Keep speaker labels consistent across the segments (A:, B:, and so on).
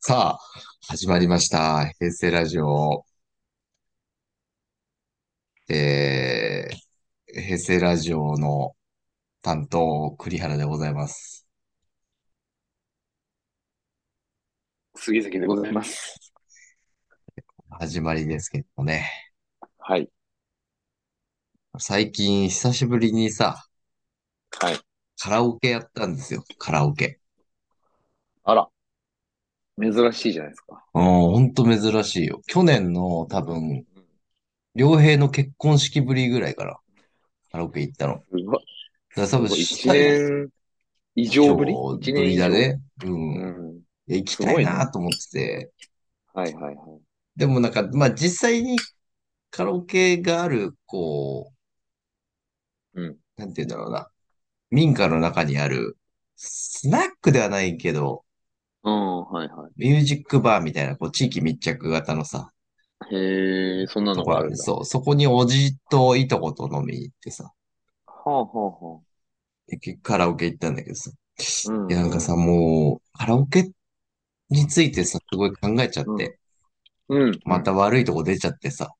A: さあ、始まりました。平成ラジオ。えー、平成ラジオの担当、栗原でございます。
B: 杉崎でございます。
A: 始まりですけどもね。
B: はい。
A: 最近、久しぶりにさ、
B: はい。
A: カラオケやったんですよ。カラオケ。
B: あら、珍しいじゃないですか。
A: うん、ほんと珍しいよ。去年の多分、良平の結婚式ぶりぐらいから、カラオケ行ったの。
B: すごい。
A: だから多分、
B: 一年以上ぶり一
A: ぶ
B: 年
A: り
B: 以
A: だ
B: 上。
A: ね。うん。
B: うん。
A: いや行き
B: す
A: た
B: ご
A: い
B: いね。
A: なと思ってて。
B: はいはいはい。
A: でもなんか、まあ実際にカラオケがある、こ
B: うん。
A: う、なんて言うんだろうな。民家の中にある、スナックではないけど、
B: うん、はいは
A: ミュージックバーみたいな、こう、地域密着型のさ、
B: い。へえ、そんな
A: と
B: の
A: こ
B: があ
A: あ
B: る
A: る。
B: んだ。
A: そう、そこにおじといとこと飲みに行ってさ、
B: はあはあはあ。
A: で結局カラオケ行ったんだけどさ。
B: う
A: いや、なんか
B: んう
A: さ、
B: ん
A: もう、カラオケについてさ、すごい考えちゃっ
B: うん。
A: て、
B: うん。う
A: ま
B: ん。
A: た悪いとこ出ちゃってさ、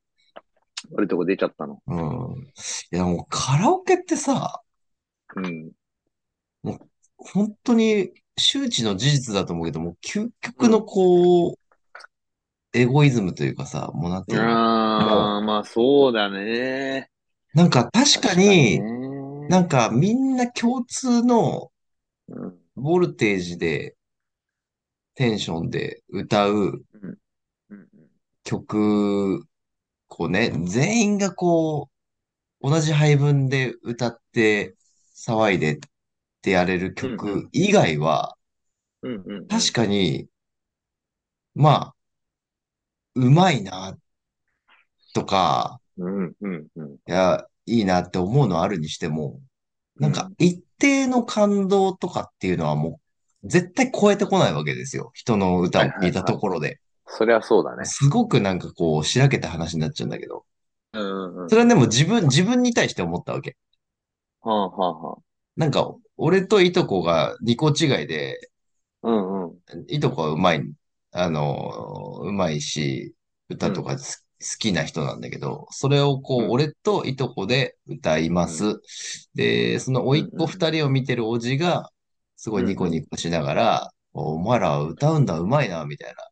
B: 悪いとこ出ちゃったの。
A: うん。いや、もうカラオケってさ、
B: うん。
A: もう、本当に周知の事実だと思うけど、もう究
B: う
A: 極の
B: ん。
A: こう、エゴイズムというかさ、もうなんていうのも
B: あー、まあそうだね。
A: う、なんか確か
B: 確かに
A: に、な
B: ね。
A: んかみんな共通の
B: うん。
A: ボルテージで、テンションで歌う
B: うん。うん。
A: 曲、こうね、全員がこう、同じ配分で歌って、騒いでってやれる
B: うん。う
A: 曲
B: ん。
A: 以外は、
B: うん。うん。う
A: 確
B: ん
A: かに、まあ、うまいな、とか、
B: うんうんうん。
A: いや、いいなって思うのはあるにしても、
B: う
A: なんか
B: ん。
A: 一定の感動とかっていうのはもう絶対超えてこないわけですよ。人の歌
B: はい
A: を
B: は
A: 聴い
B: い
A: た
B: は
A: と
B: い。
A: ころで。
B: そりゃそうだね。
A: すごくなんかこう、しらけた話になっちゃうんだけど。
B: うんうん
A: それは
B: う
A: で
B: ん。
A: も自分、自分に対して思ったわけ。
B: はあはあは
A: なんか、俺といとこが二個違いで、
B: あ。うんうん。
A: いとこはうまい、あの、うまいし、
B: う
A: 歌と
B: ん
A: かす好きな人なんだけど、それをこ
B: う
A: う、
B: ん
A: 俺といとこで歌いま
B: うん
A: す。で、その
B: う
A: 甥っ
B: ん
A: 子二人を見てるおじが、すご
B: う
A: い
B: ん
A: ニ
B: う
A: コ
B: ん。うん
A: ニコしながら、お前ら歌うんだ、うまいな、みたいな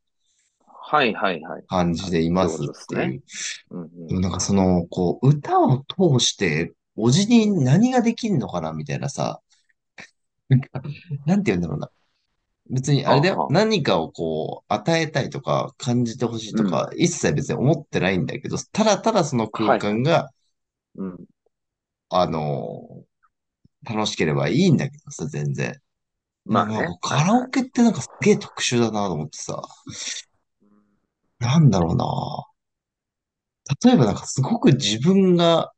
B: はいはいはい。
A: 感
B: あ
A: じでい
B: そ
A: ま
B: ういうこ
A: すっ
B: とです
A: てい
B: ね。
A: う。
B: うんう
A: でも
B: ん。
A: なんかその、こう、歌を通して、おじに何ができんのかな、みたいなさ、なんかなんて言うんだろうな。別にあ
B: は
A: れ
B: あ
A: だよ。
B: はあ。
A: 何かをこう、与えたいとか、感じてほしいうと
B: ん。
A: か、一切別に思ってないんだけど、ただただその空
B: はいは
A: 間
B: い。
A: が、
B: うん。
A: あの楽しければいいんだけどさ、全然。で
B: ま
A: も
B: あ
A: なんか
B: ね。は
A: カ
B: い
A: ラ
B: は
A: オ
B: い。
A: ケってなんかすげえ特殊だなと思ってさ、
B: うん
A: なんだろうな。例えばなんかすごく自分が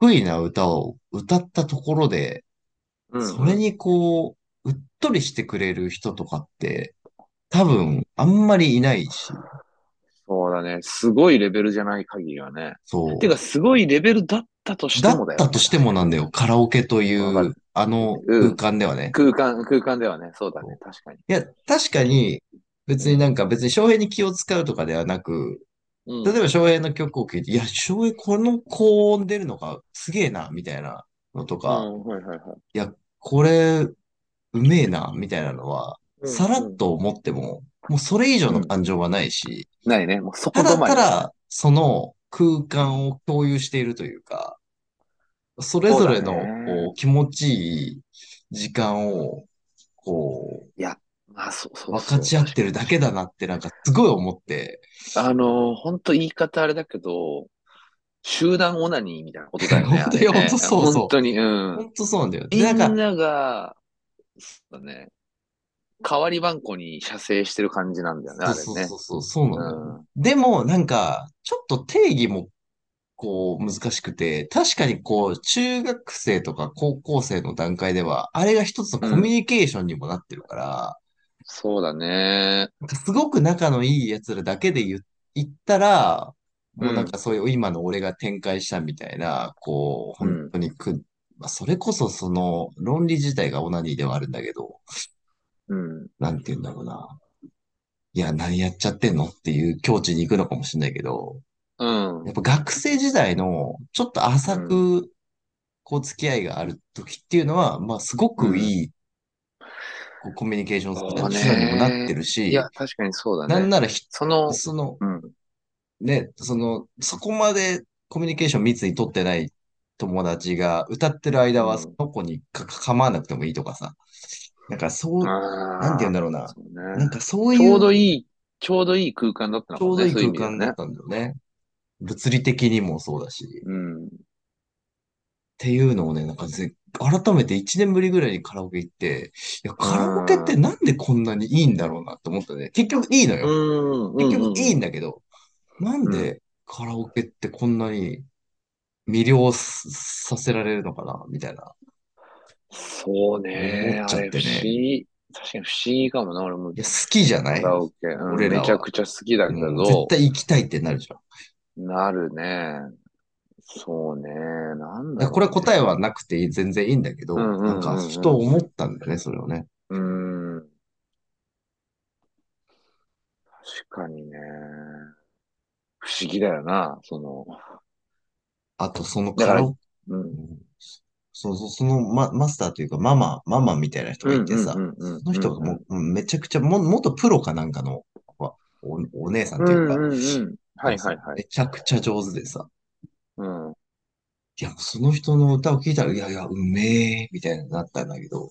A: 得意な歌を歌ったところで、
B: うん
A: そうれ
B: ん。
A: にこう、うっとりしてくれる人とかって、多分あんまりいないし、
B: そうだね。すごいレベルじゃない限りはね。て
A: そ
B: か、すごいレベルだったと
A: う。
B: して
A: だ
B: も
A: っ
B: だ
A: た
B: よ
A: と
B: ね。
A: して
B: あれ
A: も
B: は
A: なんだ
B: ね。
A: よ。カラオケと
B: わか
A: い
B: る。
A: う、あの
B: う
A: 空間
B: ん。
A: ではね。
B: 空間、空間ではね。そうだね。
A: そう
B: 確かに。
A: いや、確かに、別
B: う。
A: になんんか別に翔平に気を使うとかではなく、
B: う
A: 例え
B: ん。
A: ば翔平の曲を聴いて、いや、翔平この高音出るのか、すげえな、みたいなのと
B: う
A: か、
B: ん。はいはいはい。
A: いや、これ、うめえな、みたいなのは、
B: う
A: さ
B: ん
A: ら
B: う
A: っ
B: ん。
A: と思っても、もうそれ以上
B: う
A: の
B: ん。
A: 感情はないし、
B: ないね。もうそこ
A: ただ
B: 止ま
A: た
B: りだよね。
A: だ、その空
B: うん。
A: 間を共有しているというか、それ
B: そう
A: ぞ
B: だ
A: れのこう
B: ね。
A: 気持ちいい時間をこう
B: いや、まあ、そうそう
A: 分か
B: そう。
A: ち合っ
B: 確
A: て
B: か
A: る
B: に
A: だ
B: 確
A: け
B: か
A: だ
B: に。
A: なってなんかすごい思って、
B: あのー、本当言い方あれだけど、集団オナニーみたいなことだよね、
A: 本
B: あ
A: 当
B: れ
A: に本
B: ね。
A: 当そう
B: 本
A: そ
B: 当に、う
A: う。
B: ん。
A: 本当そうなんだよ。で、
B: み
A: なん
B: ん
A: か、
B: なが、そうだね、代わり番こに射精してる感じなんだよね、
A: そう
B: あれ
A: そう
B: ね。
A: そうそう、そうなんだよ。
B: うん。
A: でもなんか、ちょっと定義もこう難しくて、確かにこう中学生とか高校生の段階では、あれが一つの
B: う
A: コミュ
B: ん。
A: ニケーションにもなってるから、
B: そうだね。
A: なんかすごく仲のいい奴らだけで言、言ったら、
B: う
A: もうなん
B: ん。
A: かそういう今の俺が展開したみたいな、こう、
B: う
A: 本
B: ん。
A: 当にく、まあ、それこそその論理自体がオナニーではあるんだけど、
B: うん。
A: なんて言うんだろうな。いや、何やっちゃってんのっていう境地に行くのかもしれないけど、
B: うん。
A: やっぱ学生時代のちょっと
B: う
A: 浅
B: ん。
A: くこう付き合いがある時っていうのは、まあすご
B: う
A: く
B: ん。
A: いいこうコミュニケーション
B: そう
A: 手段にもなって
B: ね。
A: る
B: いや、
A: し、
B: 確かにそうだ
A: なん
B: ね。
A: ならひ、
B: その、
A: その、
B: うん。
A: ね、その、そこまでコミュニケーション密に取ってない友達が歌ってる間
B: う
A: はそ
B: ん。
A: の子にかか構わなくてもいいとかさ。なんかそう、なんて言うん
B: ああ、
A: だろうな。
B: そう
A: なん
B: ね。
A: かそう
B: ち
A: い
B: ょう
A: う
B: どいい、ちょうどいい空間だったの
A: ち
B: か
A: ょ
B: も
A: うど
B: ね。
A: いい
B: そういう意
A: 空
B: 味では
A: 間だっ
B: ね。
A: たんだよね。物理的にもそうだし。っ
B: うん。
A: ていうのをね、なんかぜ、改めて1年ぶりぐらいにカラオケ行って、いや、カラオケっ
B: う
A: て
B: ん。
A: なんでこんなにいいんだろうなって思ったね。結局いいの
B: う
A: よ。
B: ん、う
A: 結
B: ん、
A: 局
B: うん、
A: いい
B: うん
A: だけど、なん
B: ん。うん
A: でカラオケってこんなに魅了させられるのかなみたいな。
B: そう
A: 思
B: ね。
A: っち
B: あ
A: ゃっ
B: れ不
A: て
B: 思
A: ね。
B: 議。確かに不思議かもな。俺も
A: いや、好きじゃな
B: カ
A: い
B: ラオケ、うん、
A: 俺
B: め
A: ら
B: ちゃ
A: は。
B: くちゃ好きだけ
A: うん、絶
B: ど、
A: 対行きたいってなるじゃん。
B: なるね。そうね。なん
A: だか
B: だ
A: らこれは
B: ろうね。
A: 答えはなくて全然いいんだけ
B: う
A: ど、
B: ん、う
A: なんか、ふ
B: ん、う
A: と
B: ん、
A: 思ったんだよね、それをね。
B: うん。うん。確かにね。不思議だよな。その、
A: あと、その
B: だ
A: カ
B: か
A: ラ
B: ら、
A: オ、
B: う。
A: うんんそそそのマ、マスターというか、ママ、ママみたいな人
B: う
A: がい
B: ん
A: て
B: うん
A: さ、
B: うんうん
A: その
B: う
A: 人が
B: んう
A: も
B: ん。
A: う、うんめちゃくちゃ、も、元プロかなんかの、わお、お姉さん
B: う
A: というか、
B: んうんうん。は
A: そう
B: いは
A: そ、
B: いうはい。
A: めちゃくちゃ上手でさ、
B: うん。
A: いや、その人の歌を聴いたら、いやいや、うめえ、みたいになったんだけど、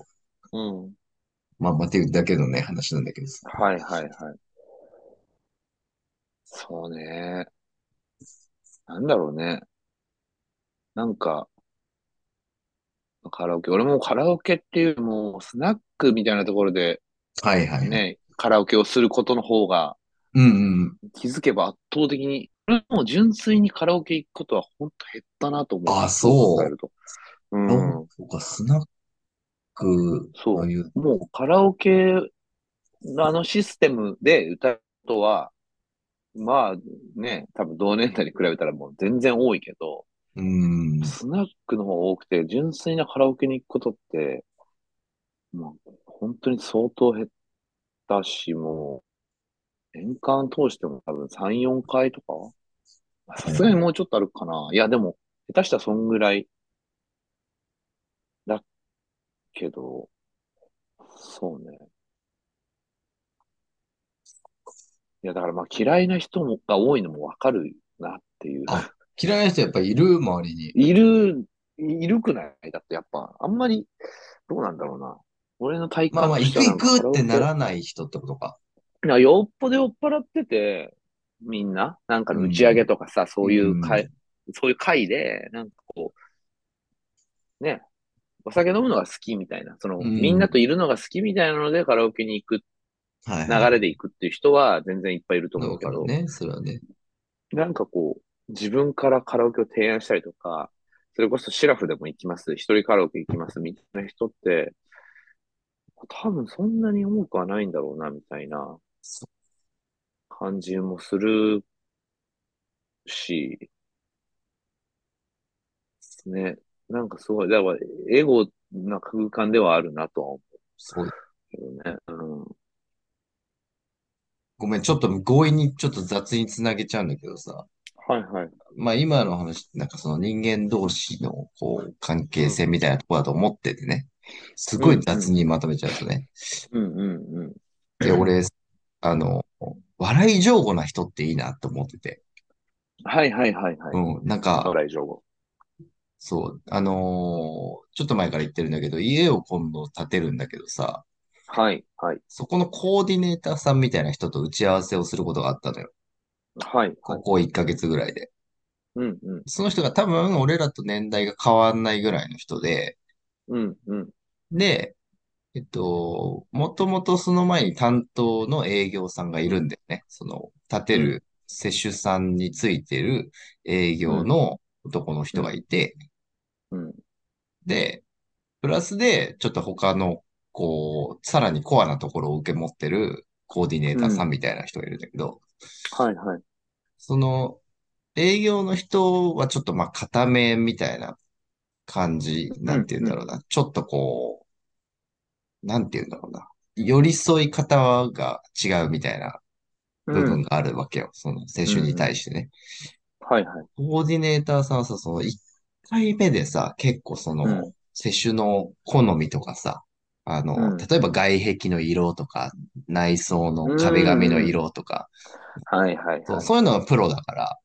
B: うん。
A: まあ、まあ、っていうだけのね、話なんだけどさ。
B: はいはいはい。そうね。なんだろうね。なんか、カラオケ。俺もカラオケっていうよりも、スナックみたいなところで、
A: はいはいはい。
B: ね、カラオケをすることの方が、
A: うんうん。
B: 気づけば圧倒的に、俺も純粋にカラオケ行くことはほんと減ったなと思う。
A: あ、
B: そう考え
A: そ
B: ると。う
A: う。どう、そ
B: ん。
A: うか、スナック、ああ
B: そ
A: いう、
B: う。もうカラオケのあのシステムで歌うことは、まあね、多分同年代に比べたらもう全然多いけど、
A: うん。
B: スナックの方が多くて、純粋なカラオケに行くことって、もう本当に相当減ったし、もう年間通しても多分3、4回とかさ
A: はい
B: すが
A: は
B: に
A: い。
B: もうちょっとあるかな。いや、でも、下手したらそんぐらいだけど、そうね。いや、だからまあ嫌いな人もが多いのもわかるなっていう。
A: あ、嫌いな人やっぱいる周りに。
B: いる、いるくないだってやっぱ、あんまり、どうなんだろうな。俺の体
A: まあ
B: 感
A: まあ、
B: とし
A: 行
B: て
A: く
B: は
A: 行
B: なん
A: く
B: かカ
A: っ
B: ラオ
A: てな
B: ケ、
A: らない人ってことか。
B: なよっぽど酔っ払ってて、みんな、なんか
A: う
B: の打ち上げ
A: ん。
B: とかさ、そうういう会、
A: ん。
B: そういう会で、なんかこう、ね、お酒飲むのが好きみたいな、そうの、みんなと
A: ん。
B: いるのが好きみたいなので、カラオケに行く、
A: はいは
B: 流れ
A: い。
B: で行くっていう人は全然いっぱいいると思う
A: わ
B: け
A: かる
B: ど、
A: ね。それはね。
B: なんかこう、自分からカラオケを提案したりとか、それこそシラフでも行きます、一人カラオケ行きますみたいな人って、多分そんなに多くはないんだろうな、みたいな
A: そ
B: 感じもするし、ね。なんかすごい、だからエゴな空間ではあるなとは思う
A: そう。
B: けどね。うん。
A: ごめん。ちょっと強引にちょっと雑につなげちゃうんだけどさ。
B: はいはい。
A: まあ今の話、なんかその人間同士のこう関
B: う
A: 係
B: ん。
A: 性みたいなとこだと思っててね。す
B: う
A: ごい
B: んう
A: 雑
B: ん。
A: にまとめちゃうとね。
B: うんうん
A: で、
B: うん。
A: 俺、あの、笑い上手な人っていいなって思ってて。
B: はいはいはいはい。
A: うん。なんか、
B: 笑い上手。
A: そう、あのーちょっと前から言ってるんだけど、家を今度建てるんだけどさ、
B: はいはい。
A: そこのコーディネーターさんみたいな人と打ち合わせをすることがあったのよ。
B: はいは
A: こ
B: い。
A: こ1ヶ月ぐらいで。
B: うんうん。
A: その人が多分俺らと年代が変わんないぐらいの人で、
B: うんうん。
A: で、えっと、もともとその前に担当の営業さんがいるんだよね。その、立て
B: うん。
A: る、施主さんについてる営
B: う
A: 業
B: ん
A: の男の
B: う
A: 人が
B: ん
A: いて、
B: うん。
A: で、プラスで、ちょっと他の、こう、さらにコアなところを受け持ってるコーディネー
B: う
A: ターさん
B: ん。
A: みたいな人がいるんだけど、
B: はいはい。
A: その、営業の人はちょっとまあ、固めみたいな感じ、
B: う
A: なん
B: ん
A: て言うん
B: う
A: だ
B: ん。
A: ろうな。ちょっとこう、なんて言うんだろうな。寄り添い方が違うみたいな。
B: う
A: 部分
B: ん。
A: があるわけよ。その青
B: う
A: 春に
B: んう
A: 対
B: ん。
A: してね。
B: はいはい。
A: コーディネーターさんはさ、その1回目でさ、結構そうの、
B: ん。
A: 接種の好みとかさ、あ
B: う
A: の、
B: ん。
A: 例えば外壁の色とか、内装の
B: う
A: 壁紙の
B: んうん。
A: 色とか、
B: はいはい
A: そう、
B: はい。
A: そういうのがプロだから、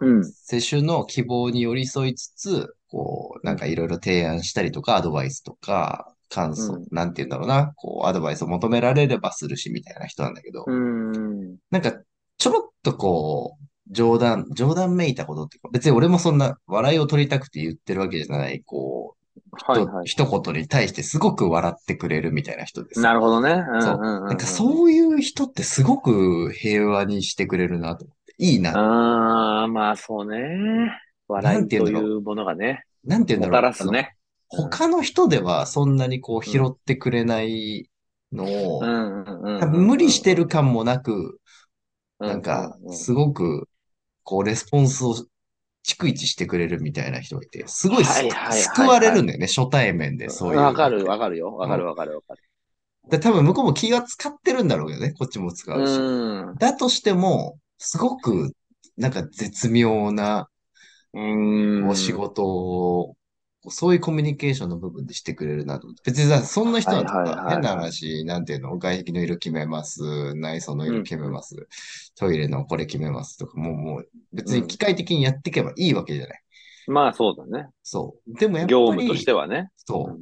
B: うん。
A: 世襲の希望に寄り添いつつ、こう、
B: う
A: なんか
B: ん。
A: いろいろ提案したりとか、アドバイスとか、感
B: う
A: 想、
B: ん。
A: なんて言うんだろうな、こう、アドバイスを求められればするし、みたいな人なんだけ
B: う
A: ど、
B: ん。
A: なんか、ちょろっとこう、冗談、冗談めいたことっていうか、別に俺もそんな笑いを取りたくて言ってるわけじゃない、こう、
B: は
A: 一、
B: いはいは
A: 一言に対してすごく笑ってくれるみたいな人で
B: い。な
A: さ、
B: るほどね。うん
A: そう、な
B: う
A: んか
B: んうんうん。
A: そういう人ってすごく平和にしてくれるなと思って、いいな、
B: ああ、まあそうね。
A: な
B: 笑
A: ん
B: い
A: て言うん
B: と
A: だ
B: い
A: ろ
B: うものがね、
A: う、なんて言うん
B: も
A: だろ
B: た
A: う、
B: ら
A: あ
B: す
A: の、
B: ね。うん。
A: 他の人ではそんなにこう
B: う
A: 拾
B: ん。
A: ってくれないの
B: う
A: を、
B: んうんう
A: 多
B: んう
A: 分無理し
B: ん
A: て
B: うん
A: る感もなく、
B: う
A: なん
B: ん
A: か、
B: うんうん。
A: すごく、こう、レスポンスを逐一してくれるみたいな人がいて、すごい
B: はい
A: 救
B: はい
A: 救
B: はい
A: われ
B: は
A: るん
B: い。
A: だよね、初対面でそうい
B: わ
A: う
B: か
A: のっ
B: る
A: て。
B: わかるよ。わ
A: う
B: かる
A: ん。
B: わかるわかる。
A: で、多分向こうも気が使ってるんだろうけどね、こっちも使うし。
B: うん。
A: だとしても、すごく、なんか絶妙な、
B: う
A: こう仕
B: ーん。
A: 事を、こうそういうコミュニケーションの部分でしてくれるなと思って。別にさ、そんな人
B: は
A: ないんて
B: はい
A: さ、変
B: はい
A: な
B: はい。
A: 話、なんていうの、外壁の色決めます、内装の
B: う
A: 色
B: ん
A: 決め
B: う
A: ま
B: ん
A: す、トイレのこれ決めますとか、もうもう、別
B: う
A: に機
B: ん。
A: 械的にやっていけばいいわけじゃない。
B: まあそうだね。
A: そう。でもやっ
B: 業
A: ぱ
B: 務として
A: り、
B: はね。う
A: そう、
B: ん。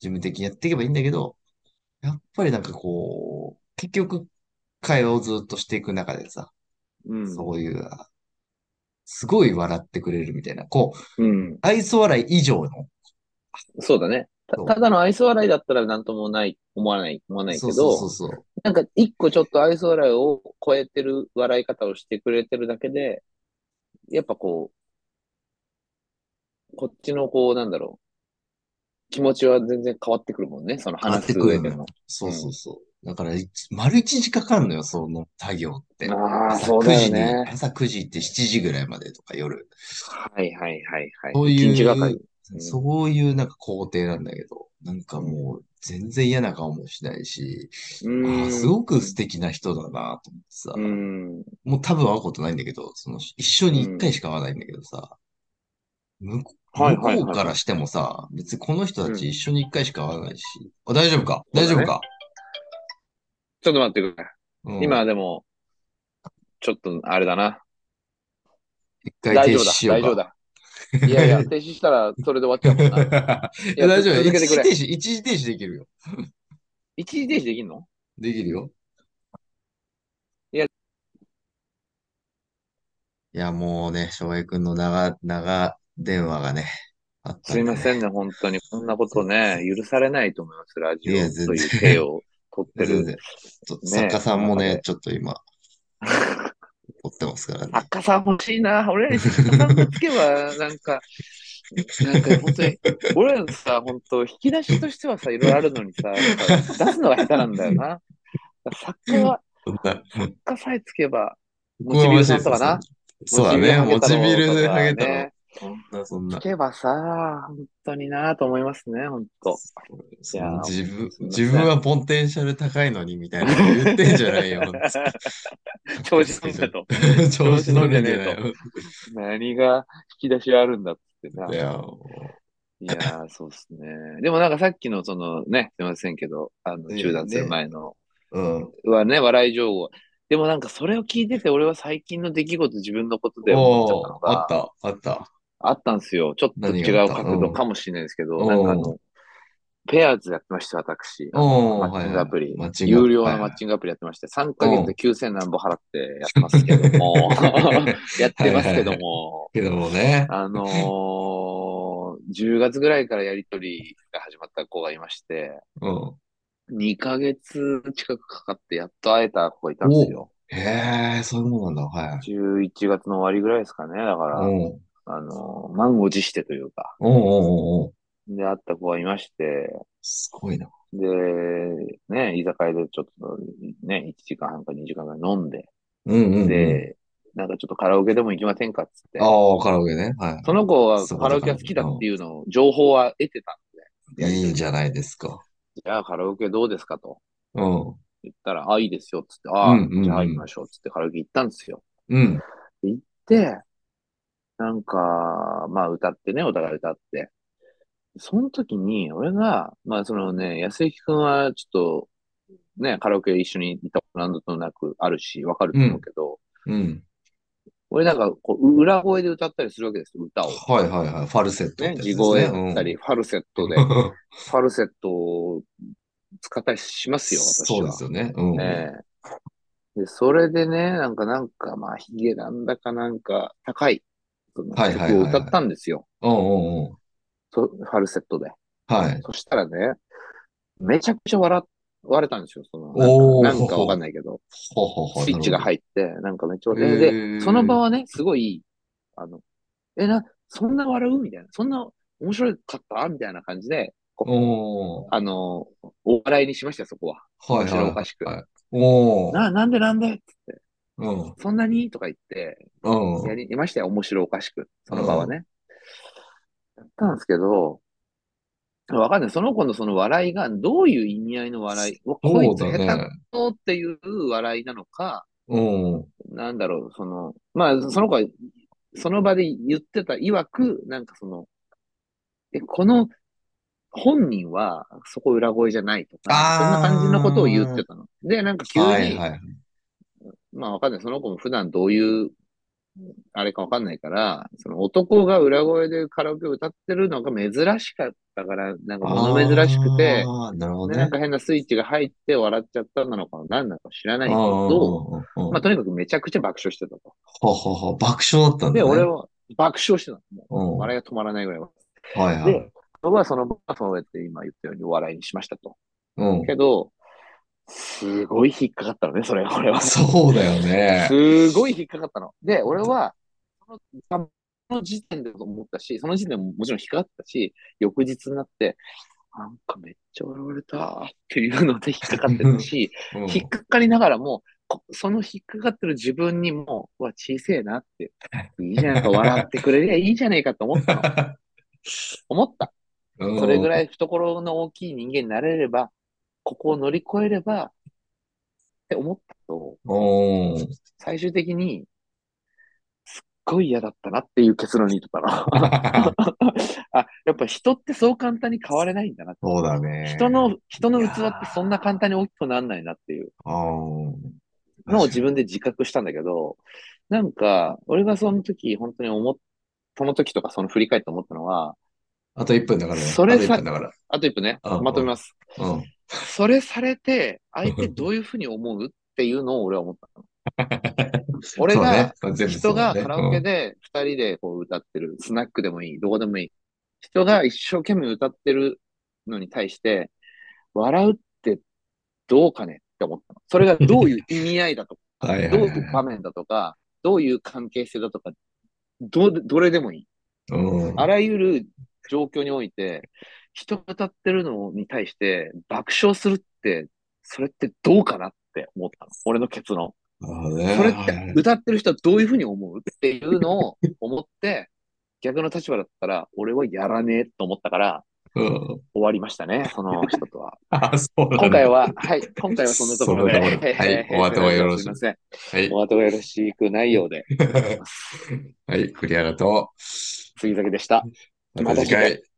A: 事務的にやっていけばいいんだけど、やっぱりなんかこう、結局、会話をずっとしていく中でさ、
B: うん。
A: そういう、すごい笑ってくれるみたいな、こう、
B: うん。
A: 愛想笑い以上の、
B: そうだね。た、
A: そ
B: ただの愛想笑いだったらなんともない、思わない、思わ
A: う、
B: ない
A: そう
B: け
A: そうそう
B: ど、
A: そう。
B: なんか一個ちょっと愛想笑いを超えてる笑い方をしてくれてるだけで、やっぱこう、こっちのこう、なんだろう、気持ちは全然変わってくるもんね。その
A: 変わっ
B: 話
A: て
B: す
A: く
B: 上
A: るの
B: で
A: よ。
B: も。。
A: そううそうんそう。だから、いち丸一日かかるのよ、その作業って。
B: まあ、
A: 朝
B: そうだ
A: 9
B: よ
A: 時に、
B: ね。
A: 朝9時行って7時ぐらいまでとか夜。
B: はいはいはいはい。
A: そう
B: 一日がか
A: い
B: り。
A: う、
B: うん。
A: そういうなんか工程なんだけど、なんか
B: う
A: も
B: ん。
A: う全然嫌な顔もしないし、
B: う
A: ああ、す
B: ー
A: ごく素
B: ん。
A: 敵な人だなと思って
B: う
A: さ、
B: ーん。
A: もう多分会うことないんだけど、その一緒
B: う
A: に一回
B: ん。
A: しか会わないんだけどさ、向こ、
B: はい
A: 向
B: はい
A: こう
B: はい
A: から
B: はい。
A: してもさ、別にこの人た
B: う
A: ち
B: ん。
A: 一緒に一回しか会わないし、あ、大丈夫か
B: そう
A: 大
B: だ
A: 丈夫
B: ね。
A: か
B: ちょっと待ってくれ。
A: うん。
B: 今でも、ちょっとあれだな。
A: 一回
B: 大
A: 停止
B: 丈夫だ。
A: しよう
B: 大丈夫
A: か。
B: だ。いやい や、停止したらそれで終 わっちゃうもんな。い
A: え
B: や、
A: 大
B: つ、
A: 丈夫。
B: 続
A: 一
B: けてく
A: 時停
B: れ。
A: 止、一時停止できるよ。
B: 一時停止できんの
A: できるよ。
B: いや、
A: いや、もうね、翔平くんの長、長電話がね、あった
B: す
A: ん
B: い
A: で
B: ま
A: ね。
B: せんね。本当に。こんなこと
A: 全
B: ね、
A: 然、
B: 許されないと思います。ラ
A: い
B: ジ
A: や、
B: オ
A: 全
B: という体
A: 然、
B: を取って
A: 全
B: る、
A: 然。ちょっと作家
B: ね、
A: さんも
B: 中
A: ね、
B: で。
A: ちょっと今、撮ってますから
B: 作
A: ね。
B: 家さん欲しいな。俺らに作家さん見つけば、なんか、なんか本当に、俺らのさ、本当引き出しとしてはさ、いろいろあるのにさ、やっぱ出すのが下手なんだよな。作家が、
A: そんな、
B: 作家さえつけば、
A: 僕
B: もち
A: は
B: ビ
A: マ
B: ル
A: ジ
B: さ
A: で
B: ん
A: そう、
B: とか
A: そん
B: な、
A: な。
B: も
A: そう
B: ち
A: だ
B: ビ
A: ね、もちビル
B: ルハゲ太郎と
A: でハ
B: か
A: ゲたろ。
B: ね、
A: そんな、そん
B: つ
A: な。
B: けばさ、本当になと思いますね、本 当。い
A: そ
B: や
A: の
B: ー、
A: 自分、
B: すいま
A: 自
B: せ
A: 分
B: ん。
A: はポテンシャル高いのにみたいなこと言ってんじゃないよ、ほんと。かっ
B: 調
A: こ
B: 子
A: つけ
B: 乗ん
A: ちゃ
B: だ
A: う。
B: と。
A: 調
B: 調
A: 子
B: 子乗
A: 乗
B: んじ
A: るんじゃ
B: ゃねえ
A: ない
B: と。
A: よ。
B: 何が引き出しがあるんだっつって
A: い
B: な。
A: や、も
B: いやー、そうっすね。でもなんかさっきのそのね、すいませんけど、あの、
A: う、
B: 中
A: ね、
B: 断する
A: ね、
B: 前の
A: うん。
B: はね、笑い情報。でもなんかそれを聞いてて、俺は最近の出来事、自分のことで思っちゃった
A: お
B: の
A: ー、あっ
B: が、
A: た、あった。
B: あったんですよ。ちょっと
A: 何があっ
B: 違
A: た
B: う角度
A: う
B: か
A: ん。
B: もしれないですけど、なんかあ
A: おー、
B: の、ペアーズやってました、私。あの、マ
A: おー、
B: ッ
A: はい
B: チング
A: は
B: ア
A: い。
B: プリ。
A: マッチングアッ
B: 有
A: プ、
B: 料
A: はい
B: のマ
A: は
B: ッ
A: い。
B: チングアプリやってまして、3ヶ月
A: う
B: で
A: ん。
B: 9000何本払ってやってますけ ども、やっ
A: は
B: て
A: い
B: ま
A: は
B: す
A: い
B: けど
A: はい。
B: も、
A: けどもね。
B: あのー、10月ぐらいからやりとりが始まった子がいまして、
A: うん。
B: 2ヶ月近くかかってやっと会えた子がいたんです
A: お、
B: よ。
A: へえ、そういうもんなんだ。はいはい。
B: 11月の終わりぐらいですかね。だか
A: う
B: ら、
A: ん。うん
B: あのー、満を持してというか、
A: うんうんうん。
B: で、会った子がいまして、
A: すごいな。
B: で、ね、居酒屋でちょっとね、1時間半か2時間ぐらい飲んで、
A: うんうんうん。
B: で、なんかちょっとカラオケでも行きませんかっつって、
A: ああ、カラオケね。はい
B: そ
A: はい。
B: の子は
A: そこ
B: カ
A: で
B: ラオ
A: カ
B: ケ
A: ラオ
B: が好
A: ケ。
B: きだっ
A: う
B: ていうのを、情報は得てたんで、
A: ん。
B: やり
A: い
B: と
A: いん
B: り
A: じ
B: で。
A: ゃないですか。
B: じゃあカラオケどうですかと。
A: うん。
B: 言ったら、あ、いいですよ、つって、
A: う
B: あ
A: ん、う
B: じゃあ行き
A: ん、
B: ましょう、つってカラオケ行ったんですよ。
A: うん。
B: で行って、なんか、まあ歌ってね、お互い歌って。その時に、俺が、まあそのね、安幸くんはちょっと、ね、カラオケ一緒に行ったこと何度となくあるし、わか
A: う、
B: ると思うんけど、
A: うん。
B: 俺なんかこう、裏声で歌ったりするわけですよ、歌を。
A: はいはいはい。ファルセットっ
B: ね、
A: てやつ
B: 地
A: です
B: 声
A: ね。
B: だったり、ファルセッ
A: う
B: トで、
A: ん。
B: ファルセットを使ったりしますよ、
A: そ
B: 私
A: うで
B: は。
A: すよね。う
B: え
A: ん。
B: えで、それでね、なんか、なんか、まあ、ヒゲなんだかなんか、高い、その
A: はいはい
B: 曲を
A: はい
B: 歌
A: は
B: っ
A: い。
B: たんですよ。
A: うんうんうん。
B: そファルセットで。
A: はい。
B: そしたらね、めちゃくちゃ笑っ、割れたんですよ。その、なんか、
A: おー、
B: な
A: ほ
B: んかわか
A: ほ。
B: んないけ ど、
A: ほほほ、
B: スイ
A: な
B: ッ
A: る
B: チ
A: ほ
B: が
A: ど。
B: 入って、なんかめっちゃ
A: え
B: 割れで、その場
A: ー、
B: はね、すごい、あの、え、な、そんな笑うみたいな、そんな面白かったみたいな感じで、こ
A: お
B: う、あの、お笑いにしましたよ、そこは。
A: ー、はい
B: 面白お
A: は
B: か
A: い
B: しく。
A: はい。おー、
B: な、なんでなんで
A: うん、
B: そんなにとか言って、
A: うん、う
B: や
A: ん、
B: りましたよ、面白おかしく。その場は
A: は
B: ね。やったんですけど、わかんない。その子のその笑いが、どういう意味合いの笑い、うわこい
A: そう
B: つ
A: だ
B: 下手く
A: ね。
B: そっていう笑いなのか、
A: うん、
B: なんだろう、その、まあ、その子は、その場で言ってた曰く、なんかその、え、この本人は、そこ裏声じゃないとか、なんかそんな感じのことを言っ
A: あ
B: てたの。で、なんか
A: ー、
B: 急
A: はい
B: に、
A: はい。
B: まあわかんない。その子も普段どういう、あれかわかんないから、その男が裏声でカラオケを歌ってるのが珍しかったから、なんか物珍しくて、
A: あー、なるほど
B: で、なん
A: ね。
B: か変なスイッチが入って笑っちゃったなのか、何なのか知らな
A: うん、
B: いけど、
A: うん、うん、う
B: まあ
A: ん。
B: とにかくめちゃくちゃ爆笑してたと。
A: ほほほ、爆笑だったん
B: で、
A: だ
B: 俺
A: ね。
B: は爆笑してたの。もう
A: うん、は
B: 笑いが止まらないぐらい笑って
A: いは
B: で、
A: い。
B: 僕はその場はそうやって今言ったようにお笑いにしましたと。
A: うん。
B: けど、すごい引っかかったのね、それ、俺は。
A: そうだよね。
B: すごい引っかかったの。で、俺は、そのその時点でと思ったし、その時点でももちろん引っかかってたし、翌日になって、なんかめっちゃ笑われたっていうので引っかかってたし、
A: う
B: 引っ
A: ん。
B: かかりながらも、こその引っかかってる自分にも、うわ、小せえなって、いいじゃないか、笑ってくれりゃいいじゃないかと思ったの。思った。
A: う
B: それぐら
A: ん。
B: い懐の大きい人間になれれば、ここを乗り越えればって思ったと、
A: おー。
B: 最終的に、すっごい嫌だったなっていう結論に至ったな。あ、やっぱ人ってそう簡単に変われないんだなって。
A: そうだ
B: 人
A: ね。
B: の、人
A: い
B: の
A: や
B: 器ってそんな簡単に大きくならないなっていう
A: ー、うん。
B: のを
A: 確か
B: 自分で自覚したんだけど、なんか、俺がその時、本当に思っ、その時とかその振り返って思ったのは、
A: あと1分だからね。
B: そ
A: あ
B: れ
A: と1
B: さ、
A: 分だから。
B: あと一歩ね、
A: う
B: まとめます。
A: んうん。うん。
B: それされて、相手どういうふうに思うっていうのを俺は思ったの。俺
A: そうね。
B: が、
A: 全部
B: 人
A: そうだ
B: が
A: ね。
B: カラ
A: う
B: オケ
A: ん。
B: で二人でこう歌ってる、スナックでもいい、どこでもいい。人が一生懸命歌ってるのに対して、笑うってどうかねって思ったの。それがどういう意味合いだとか、
A: はいはい
B: どう
A: はいいうは
B: 場
A: い。
B: 面だとか、どういう関係性だとか、ど、どれでもいい。
A: う
B: あ
A: ん。
B: らゆる状況において、人が歌ってるのに対して爆笑するって、それってどうかなって思ったの。俺の結論。
A: なるほどね。
B: それっ
A: は
B: て
A: いはい。
B: 歌ってる人はどういうふうに思うっていうのを思って、逆の立場だったら、俺はやらねえと思ったから、
A: うん。
B: 終わりましたね、その人 とは。
A: あ、そうな
B: 今
A: ん
B: 回
A: だ。
B: は、はい、今回はそんなと
A: そ
B: こ
A: ん
B: ろ
A: な
B: で、
A: ところで。はい。 お
B: へ
A: 後
B: ラ
A: が
B: ジ
A: よ
B: オ
A: ろ
B: すい
A: し
B: ま
A: く。
B: せん。
A: は
B: お
A: い。
B: 後がよろしくないようでございます。
A: はい。クリアだと。
B: 杉崎でした。
A: ま
B: ま
A: た
B: た
A: 次
B: 次回。
A: 回。